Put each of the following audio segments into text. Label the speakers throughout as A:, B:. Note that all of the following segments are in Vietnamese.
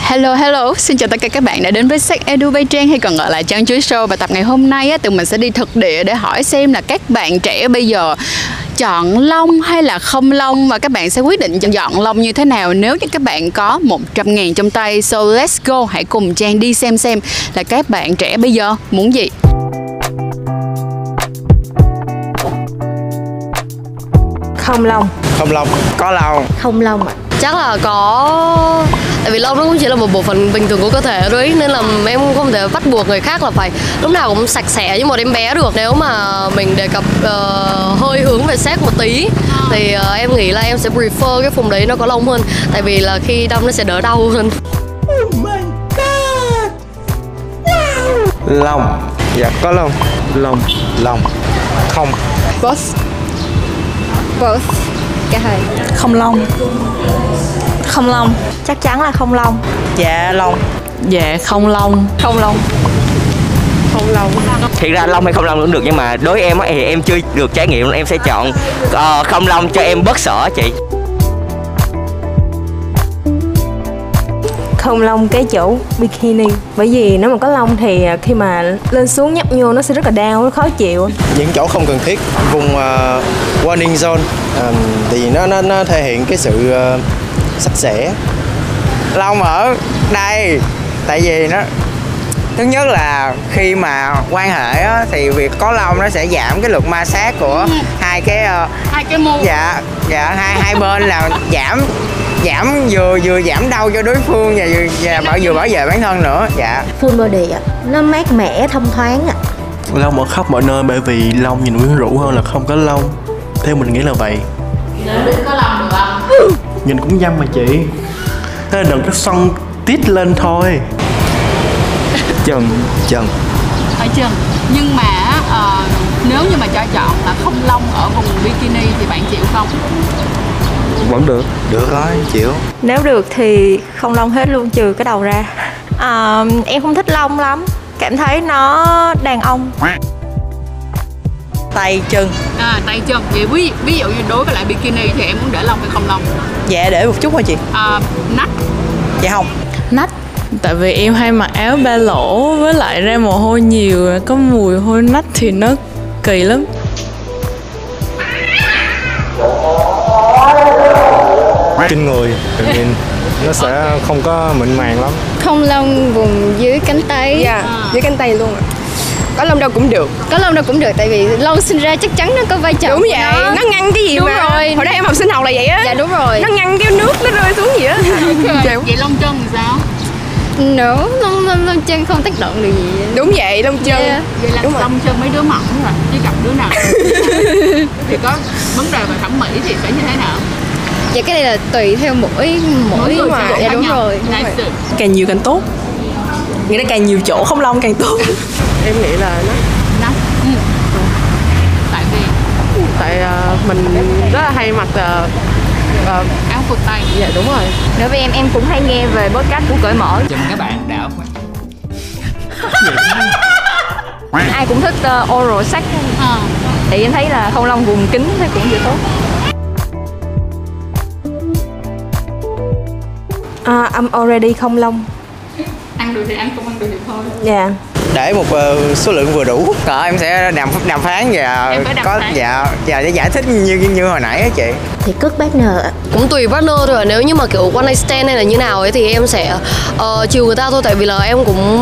A: Hello hello, xin chào tất cả các bạn đã đến với Sách Edu Bay Trang hay còn gọi là Trang Chuối Show và tập ngày hôm nay á, tụi mình sẽ đi thực địa để hỏi xem là các bạn trẻ bây giờ chọn lông hay là không lông và các bạn sẽ quyết định chọn lông như thế nào nếu như các bạn có 100 ngàn trong tay So let's go, hãy cùng Trang đi xem xem là các bạn trẻ bây giờ muốn gì
B: không lông
C: không lông có lông
B: không lông ạ
D: chắc là có tại vì lông nó cũng chỉ là một bộ phận bình thường của cơ thể đấy nên là em cũng không thể bắt buộc người khác là phải lúc nào cũng sạch sẽ như một em bé được nếu mà mình đề cập ờ, hơi hướng về sex một tí thì ờ, em nghĩ là em sẽ prefer cái vùng đấy nó có lông hơn tại vì là khi đâm nó sẽ đỡ đau hơn
C: lông dạ có lông lông lông không
B: both both cả hai
E: không lông không lông
B: chắc chắn là không lông
F: Dạ lông
E: dạ không lông không lông
F: Thiệt ra lông hay không lông cũng được Nhưng mà đối với em á, thì em chưa được trải nghiệm Em sẽ chọn ờ, không lông cho em bớt sợ á chị
B: không lông cái chỗ bikini bởi vì nếu mà có lông thì à, khi mà lên xuống nhấp nhô nó sẽ rất là đau nó khó chịu
C: những chỗ không cần thiết vùng ờ, warning zone ờm, thì nó nó nó thể hiện cái sự ờ, sạch sẽ
G: lông ở đây tại vì nó thứ nhất là khi mà quan hệ á, thì việc có lông nó sẽ giảm cái lực ma sát của hai cái ờ,
A: Hai cái môn
G: dạ dạ hai hai bên là giảm giảm vừa vừa giảm đau cho đối phương và vừa và bảo vừa bảo vệ bản thân nữa dạ
B: full body ạ nó mát mẻ thông thoáng ạ
H: lông ở khắp mọi nơi bởi vì lông nhìn quyến rũ hơn là không có lông theo mình nghĩ là vậy nhìn cũng dâm mà chị thế là đừng có son tít lên thôi
C: chân chân
A: ở chân nhưng mà ờ, nếu như mà cho chọn là không lông ở vùng bikini thì bạn chịu không?
C: vẫn được được thôi chịu
I: Nếu được thì không lông hết luôn trừ cái đầu ra à, Em không thích lông lắm Cảm thấy nó đàn ông
F: Tay chân
A: À, tay chân vậy ví, ví dụ như đối với lại bikini thì em muốn để lông hay không lông
F: Dạ để một chút thôi chị
A: à, nách
F: Dạ không
E: nách tại vì em hay mặc áo ba lỗ với lại ra mồ hôi nhiều có mùi hôi nách thì nó kỳ lắm
C: trên người tự nhìn nó sẽ không có mịn màng lắm
D: không lông vùng dưới cánh tay
J: Dạ, dưới cánh tay luôn ạ Có lông đâu cũng được
D: có lông đâu cũng được tại vì lông sinh ra chắc chắn nó có vai trò
J: Đúng vậy, nó, ngăn cái gì
D: Đúng
J: mà
D: rồi.
J: Hồi đó em học sinh học là vậy
I: Dạ.
J: á
D: đúng rồi
J: Nó ngăn cái nước nó rơi xuống gì á
A: vậy lông chân thì sao
D: nếu lông, lông, lông chân không tác động được gì
J: Đúng vậy, lông chân
I: Dạ.
D: Yeah.
A: vậy là
J: Đúng rồi.
A: lông chân mấy đứa mỏng
J: à.
A: rồi chứ gặp đứa nào thì có vấn đề về thẩm mỹ thì sẽ như thế nào
D: Dạ cái này là tùy theo mỗi mỗi
A: người
D: mà.
A: sử dụng
D: Dạ
A: khác
D: đúng
A: nhau.
D: rồi.
A: Nice.
E: càng nhiều càng tốt nghĩa là càng nhiều chỗ không lông càng tốt
J: Em nghĩ là nó
A: Nách ừ. tại vì
J: Tại ờ, mình rất là hay mặc ờ, ờ,
A: áo quần tay
J: Dạ đúng rồi
I: Đối với em, em cũng hay nghe về podcast của cởi mở
F: Chùm các bạn đã
I: Ai cũng thích ờ, oral sex
J: Ờ.
A: à.
I: Thì em thấy là không lông vùng kính thấy cũng vừa tốt
B: à, I'm already không lông
A: ăn được thì ăn không ăn được thì thôi
B: dạ
C: để một ờ, số lượng vừa đủ
G: cỡ em sẽ đàm đàm phán và
A: Em phải đàm
G: có
A: phán.
G: dạ dạ để giải thích như như hồi nãy á chị
B: thì cất partner ạ
D: cũng tùy partner thôi ạ. nếu như mà kiểu one night stand hay là như nào ấy thì em sẽ ờ, chiều người ta thôi tại vì là em cũng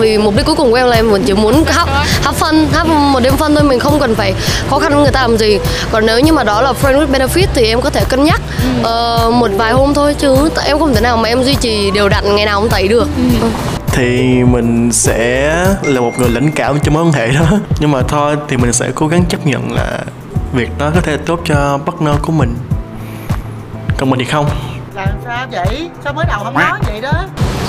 D: vì mục đích cuối cùng của em là em chỉ muốn hấp hấp phân hấp một đêm phân thôi mình không cần phải khó khăn với người ta làm gì còn nếu như mà đó là friend with benefit thì em có thể cân nhắc ờ, một vài hôm thôi chứ tại em không thể nào mà em duy trì đều đặn ngày nào cũng tẩy được Ừ.
H: thì mình sẽ là một người lãnh cảm cho mối quan hệ đó nhưng mà thôi thì mình sẽ cố gắng chấp nhận là việc đó có thể tốt cho partner của mình còn mình thì không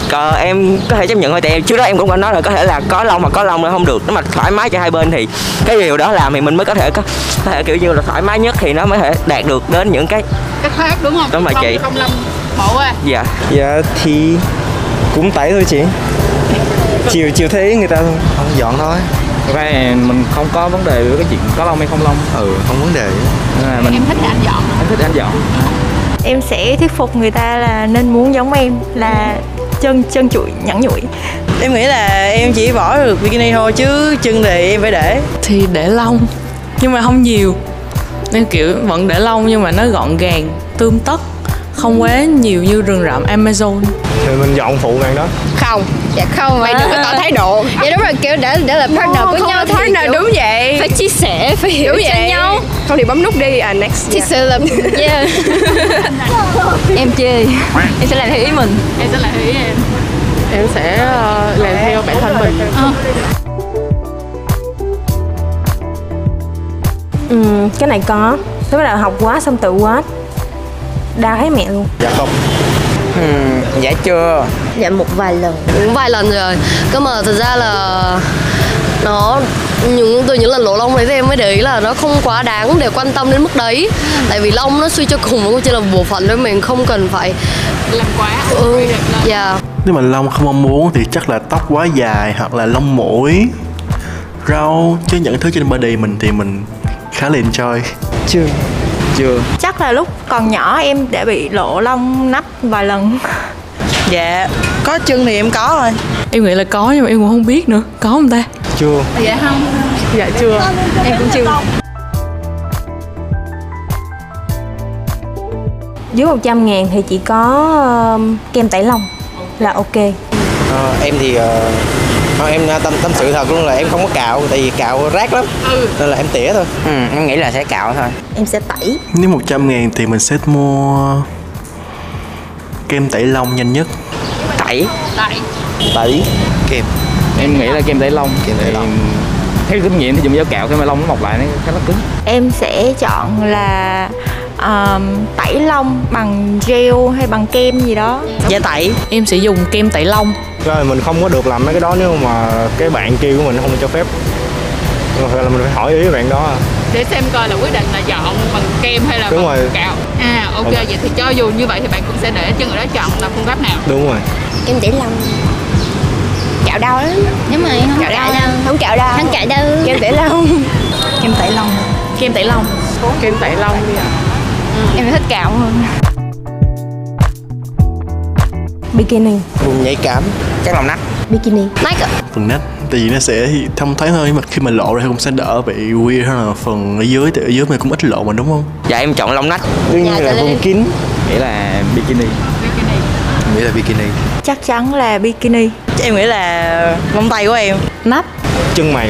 F: Cờ, Em có thể chấp nhận thôi Tại em trước đó em cũng có nói là có thể là có lông mà có lông là không được Nếu mà thoải mái cho hai bên thì Cái điều đó làm thì mình mới có thể có, có thể kiểu như là thoải mái nhất Thì nó mới thể đạt được đến những cái
A: cái khác đúng không
F: Đúng rồi,
A: Lông
F: chị.
A: không lông à? mẫu ơi
F: Dạ
C: dạ thì cũng tẩy thôi chị chiều chiều thế người ta thôi không dọn thôi
K: Thực ra thì mình không có vấn đề với cái chuyện có lông hay không lông
C: ừ không vấn đề
K: Nên là mình
A: em thích thì anh dọn
K: em thích ăn dọn
I: Em sẽ thuyết phục người ta là nên muốn giống em Là chân chân chuỗi nhẵn nhụi
L: em nghĩ là em chỉ bỏ được bikini thôi chứ chân thì em phải để
E: thì để lông nhưng mà không nhiều nên kiểu vẫn để lông nhưng mà nó gọn gàng tươm tất không quá nhiều như rừng rậm Amazon
M: thì mình dọn phụ bạn đó
N: không dạ không vậy đừng có tỏ thái độ dạ đúng rồi kiểu để để là partner
J: Không,
N: của
J: không
N: nhau
J: là
N: thì
J: partner,
N: kiểu
J: đúng vậy.
N: phải chia sẻ phải hiểu
J: Đúng
N: cho
J: vậy.
N: nhau
J: Không thì bấm nút đi à next.
N: Thực sự là- yeah.
O: em chê em sẽ làm theo ý mình
J: Em sẽ là ý em. Em sẽ ờ, làm theo bản thân mình.
B: ừ, cái này có thế bắt đầu học quá xong tự quá đau thấy mẹ luôn
G: dạ không Ừm, dạ chưa
D: Dạ một vài lần Cũng vài lần rồi Cơ mà thật ra là Nó những từ những lần lỗ lông đấy thì em mới để ý là nó không quá đáng để quan tâm đến mức đấy Tại vì lông nó suy cho cùng nó cũng chỉ là một bộ phận thôi mình không cần phải Làm quá ừ, Dạ
H: Nếu mà lông không mong muốn thì chắc là tóc quá dài hoặc là lông mũi Râu chứ những thứ trên body mình thì mình khá là enjoy
G: Chưa Chưa
I: chắc là lúc còn nhỏ em đã bị lộ lông nách vài lần
O: dạ có chân thì em có rồi
E: em nghĩ là có nhưng mà em cũng không biết nữa có không ta
G: chưa
O: dạ không
J: Dạ chưa.
O: em cũng chưa
B: dưới 100 ngàn thì chỉ có um, kem tẩy lông là ok
C: Ờ, em thì ờ, không, em ờ, tâm tâm sự thật luôn là em không có cạo tại vì cạo rác lắm nên là em tỉa thôi
G: ừ, em nghĩ là sẽ cạo thôi
I: em sẽ tẩy
H: Nếu 100 ngàn thì mình sẽ mua kem tẩy lông nhanh nhất
G: Tẩy
J: Tại
K: tẩy kem em nghĩ là kem tẩy lông kem tẩy lông theo kinh nghiệm thì dùng dao cạo cái mà lông nó mọc lại nó khá là cứng
I: em sẽ chọn là um, tẩy lông bằng gel hay bằng kem gì đó
O: dạ tẩy
E: em sẽ dùng kem tẩy lông
M: rồi mình không có được làm mấy cái đó nếu mà cái bạn kia của mình không cho phép Nhưng mà là mình phải hỏi ý bạn đó à.
J: Để xem coi là quyết định là dọn bằng kem hay là
M: Đúng
J: bằng
M: rồi.
J: cạo. À ok
M: Đúng.
J: vậy thì cho dù như vậy thì bạn cũng sẽ để cho người đó chọn là phương pháp nào.
M: đúng rồi
N: em để lòng cạo đau lắm đúng rồi không cạo, đau không cạo đau không cạo đau em để lòng
O: kem tẩy lông kem tẩy lông
J: Kem tẩy lông đi ạ.
O: em thích cạo hơn
B: bikini
C: vùng nhạy cảm
G: chắc lòng nách
B: bikini
D: Nách ạ
H: phần nách tại vì nó sẽ thông thoáng hơn nhưng mà khi mà lộ ra thì cũng sẽ đỡ bị weird hơn là phần ở dưới tại ở dưới mình cũng ít lộ mà đúng không
F: dạ em chọn lông nách
C: đương
I: nhiên Dạ, là tại vùng đây- kín.
K: nghĩ là bikini
C: nghĩ là bikini
I: chắc chắn là bikini
O: em nghĩ là móng Ừ, tay của em
E: nắp
M: chân mày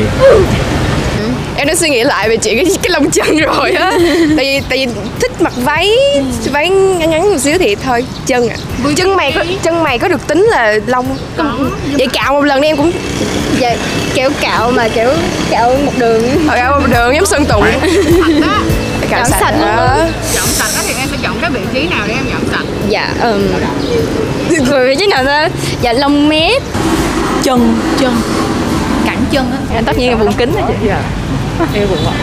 J: Em đã suy nghĩ lại về chuyện cái, cái lông chân rồi á Tại vì tại vì thích mặc váy
N: Ừ.
J: váy ngắn ngắn một xíu thì thôi chân à Chân mày có chân mày có được tính là lông không? Vậy cạo một lần đi em cũng
N: dạ kiểu cạo mà kiểu cạo một đường
J: cạo một đường giống Sơn Tùng
N: Cạo sạch
J: á.
N: luôn.
J: Chọn sạch á thì em sẽ chọn cái vị trí nào để em dọn sạch
N: dạ ừm rồi vị trí nào ta dạ lông mép
O: chân chân cẳng chân á tất nhiên là vùng kính á chị
J: Em cũng vậy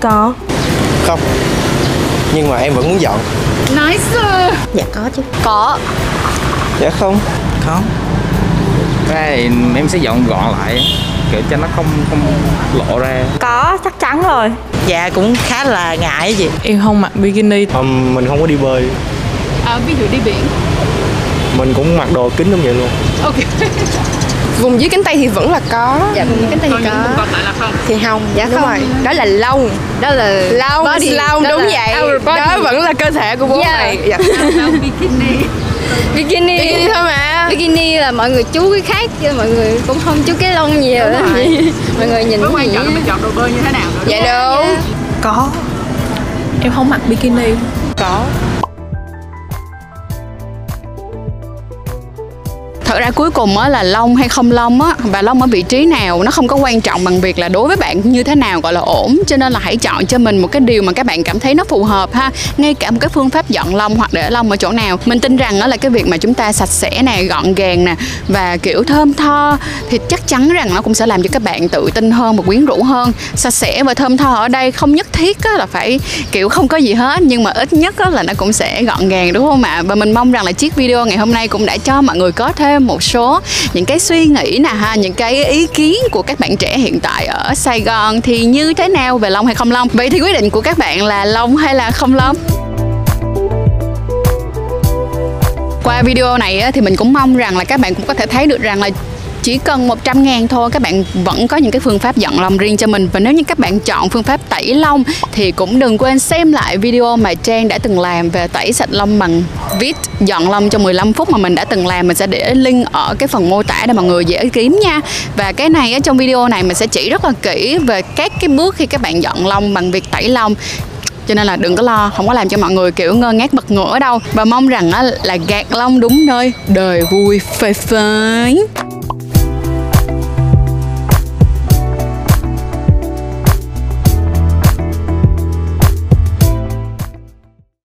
B: có
C: không nhưng mà em vẫn muốn dọn
J: Nice
I: Dạ có chứ
D: Có
C: dạ không
K: không cái này thì em sẽ dọn gọn lại kiểu cho nó không không lộ ra
I: có chắc chắn rồi
O: dạ cũng khá là ngại gì
E: em không mặc bikini
M: Ừm, mình không có đi bơi
J: à, Ví dụ đi biển
M: mình cũng mặc đồ kín giống vậy luôn
J: Ok
L: vùng dưới cánh tay thì vẫn là có
N: dạ vùng dưới cánh tay thì có
J: còn lại là không
L: thì không dạ đúng
N: không.
L: rồi đó là lông
N: đó là
L: lông
N: body,
L: lông
N: đó
L: đúng
N: là
L: vậy
N: outer body.
L: đó vẫn là cơ thể của bố
N: Yeah.
L: mày dạ.
J: bikini
N: bikini
L: Bikini thôi mà.
N: bikini là mọi người chú cái khác chứ mọi người cũng không chú cái lông nhiều đó mọi người nhìn
J: Mới
N: cái
J: quan
N: gì
J: trọng là
N: á.
J: mình chọn đồ bơi như thế nào nữa
N: dạ đúng
O: có em không mặc bikini có
A: thật ra cuối cùng á là lông hay không lông á và lông ở vị trí nào nó không có quan trọng bằng việc là đối với bạn như thế nào gọi là ổn cho nên là hãy chọn cho mình một cái điều mà các bạn cảm thấy nó phù hợp ha ngay cả một cái phương pháp dọn lông hoặc để lông ở chỗ nào mình tin rằng đó là cái việc mà chúng ta sạch sẽ nè gọn gàng nè và kiểu thơm tho thì chắc chắn rằng nó cũng sẽ làm cho các bạn tự tin hơn và quyến rũ hơn sạch sẽ và thơm tho ở đây không nhất thiết á là phải kiểu không có gì hết nhưng mà ít nhất á là nó cũng sẽ gọn gàng đúng không ạ và mình mong rằng là chiếc video ngày hôm nay cũng đã cho mọi người có thêm một số những cái suy nghĩ nè ha những cái ý kiến của các bạn trẻ hiện tại ở Sài Gòn thì như thế nào về lông hay không lông vậy thì quyết định của các bạn là lông hay là không lông qua video này á, thì mình cũng mong rằng là các bạn cũng có thể thấy được rằng là chỉ cần 100 ngàn thôi các bạn vẫn có những cái phương pháp dọn lông riêng cho mình và nếu như các bạn chọn phương pháp tẩy lông thì cũng đừng quên xem lại video mà Trang đã từng làm về tẩy sạch lông bằng vít dọn lông trong 15 phút mà mình đã từng làm mình sẽ để link ở cái phần mô tả để mọi người dễ kiếm nha và cái này á, trong video này mình sẽ chỉ rất là kỹ về các cái bước khi các bạn dọn lông bằng việc tẩy lông cho nên là đừng có lo không có làm cho mọi người kiểu ngơ ngác bật ngửa đâu và mong rằng á, là gạt lông đúng nơi đời vui phê phái